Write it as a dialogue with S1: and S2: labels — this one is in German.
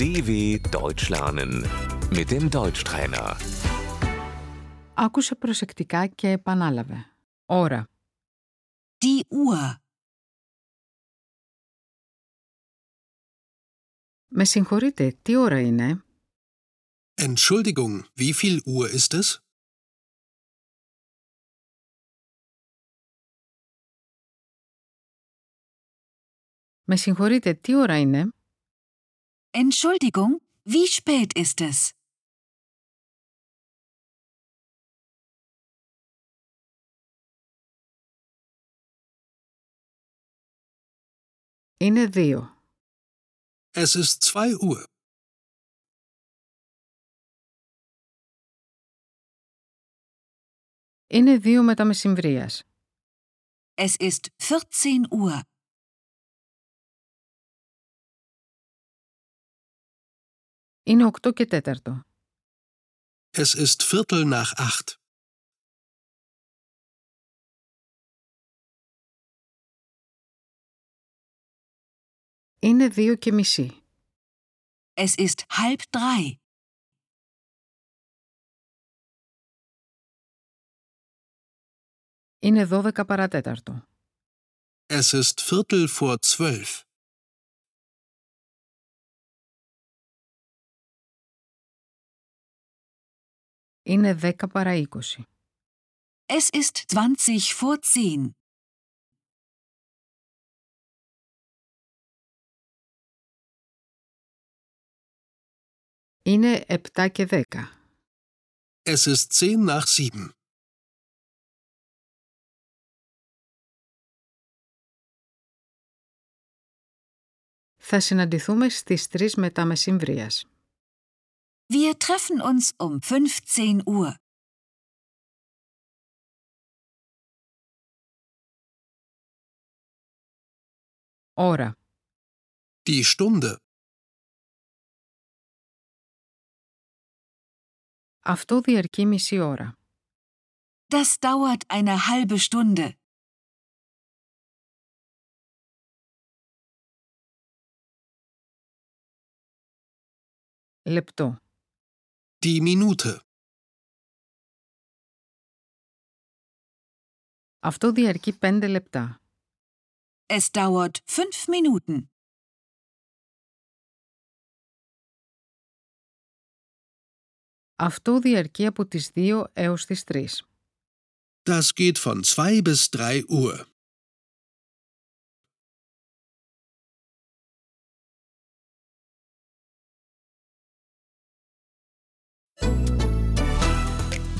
S1: DW Deutsch lernen mit dem Deutschtrainer.
S2: Άκουσε προσεκτικά και επανάλαβε. Ώρα.
S3: Die Uhr.
S2: Με συγχωρείτε, τι ώρα είναι?
S4: Entschuldigung, wie viel Uhr ist es?
S2: Με συγχωρείτε, τι ώρα είναι?
S3: Entschuldigung, wie spät ist es?
S2: Είναι δύο.
S4: Es ist zwei Uhr.
S2: Είναι δύο μετά μεσημβρίας.
S3: Es ist 14 Uhr.
S2: Είναι οκτώ και τέταρτο.
S4: Es ist Viertel nach acht.
S2: Είναι δύο και μισή.
S3: Es ist halb drei.
S2: Είναι δώδεκα παρατέταρτο.
S4: Es ist Viertel vor zwölf.
S2: Είναι δέκα παρά είκοσι.
S3: Es ist 20 vor 10.
S2: Είναι επτά και δέκα.
S4: Es ist zehn nach sieben.
S2: Θα συναντηθούμε στις τρεις μετά μεσημβρίας.
S3: Wir treffen uns um 15 Uhr.
S2: Ώρα.
S4: Die Stunde.
S2: Αυτό διαρκεί μισή ώρα.
S3: Das dauert eine halbe Stunde.
S2: Λεπτό.
S4: Die Minute.
S2: Αυτό διαρκεί πέντε λεπτά.
S3: Es dauert fünf Minuten.
S2: Αυτό διαρκεί από τις 2 έως τις 3.
S4: Das geht von zwei bis drei Uhr.